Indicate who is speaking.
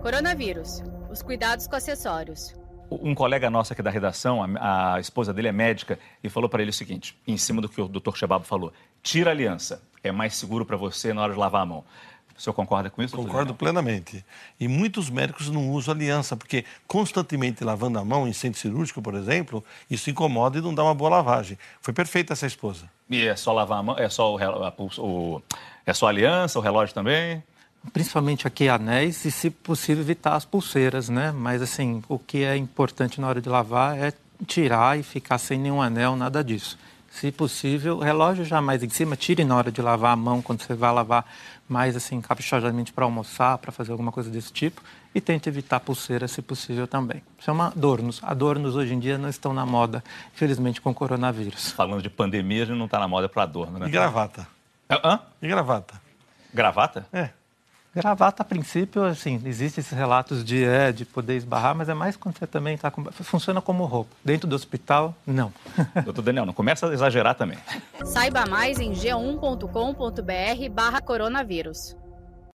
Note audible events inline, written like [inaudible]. Speaker 1: Coronavírus. Os cuidados com acessórios.
Speaker 2: Um colega nosso aqui da redação, a, a esposa dele é médica, e falou para ele o seguinte, em cima do que o Dr. Chebab falou: tira a aliança, é mais seguro para você na hora de lavar a mão. O senhor concorda com isso?
Speaker 3: Concordo plenamente. E muitos médicos não usam aliança, porque constantemente lavando a mão em centro cirúrgico, por exemplo, isso incomoda e não dá uma boa lavagem. Foi perfeita essa esposa.
Speaker 2: E é só lavar a mão, é só o, o, o é só aliança, o relógio também?
Speaker 4: Principalmente aqui anéis e, se possível, evitar as pulseiras, né? Mas, assim, o que é importante na hora de lavar é tirar e ficar sem nenhum anel, nada disso se possível, relógio já mais em cima, tire na hora de lavar a mão, quando você vai lavar mais assim, caprichosamente para almoçar, para fazer alguma coisa desse tipo, e tente evitar pulseira, se possível, também. Isso é uma adornos. Adornos hoje em dia não estão na moda, infelizmente, com o coronavírus.
Speaker 2: Falando de pandemia, a gente não está na moda para adorno, né?
Speaker 3: E gravata.
Speaker 2: Hã?
Speaker 3: E gravata.
Speaker 2: Gravata?
Speaker 3: É.
Speaker 4: Gravata, a princípio, assim, existem esses relatos de, é, de poder esbarrar, mas é mais quando você também está com... Funciona como roupa. Dentro do hospital, não. [laughs]
Speaker 2: Doutor Daniel, não começa a exagerar também.
Speaker 1: um Saiba mais em g1.com.br barra coronavírus.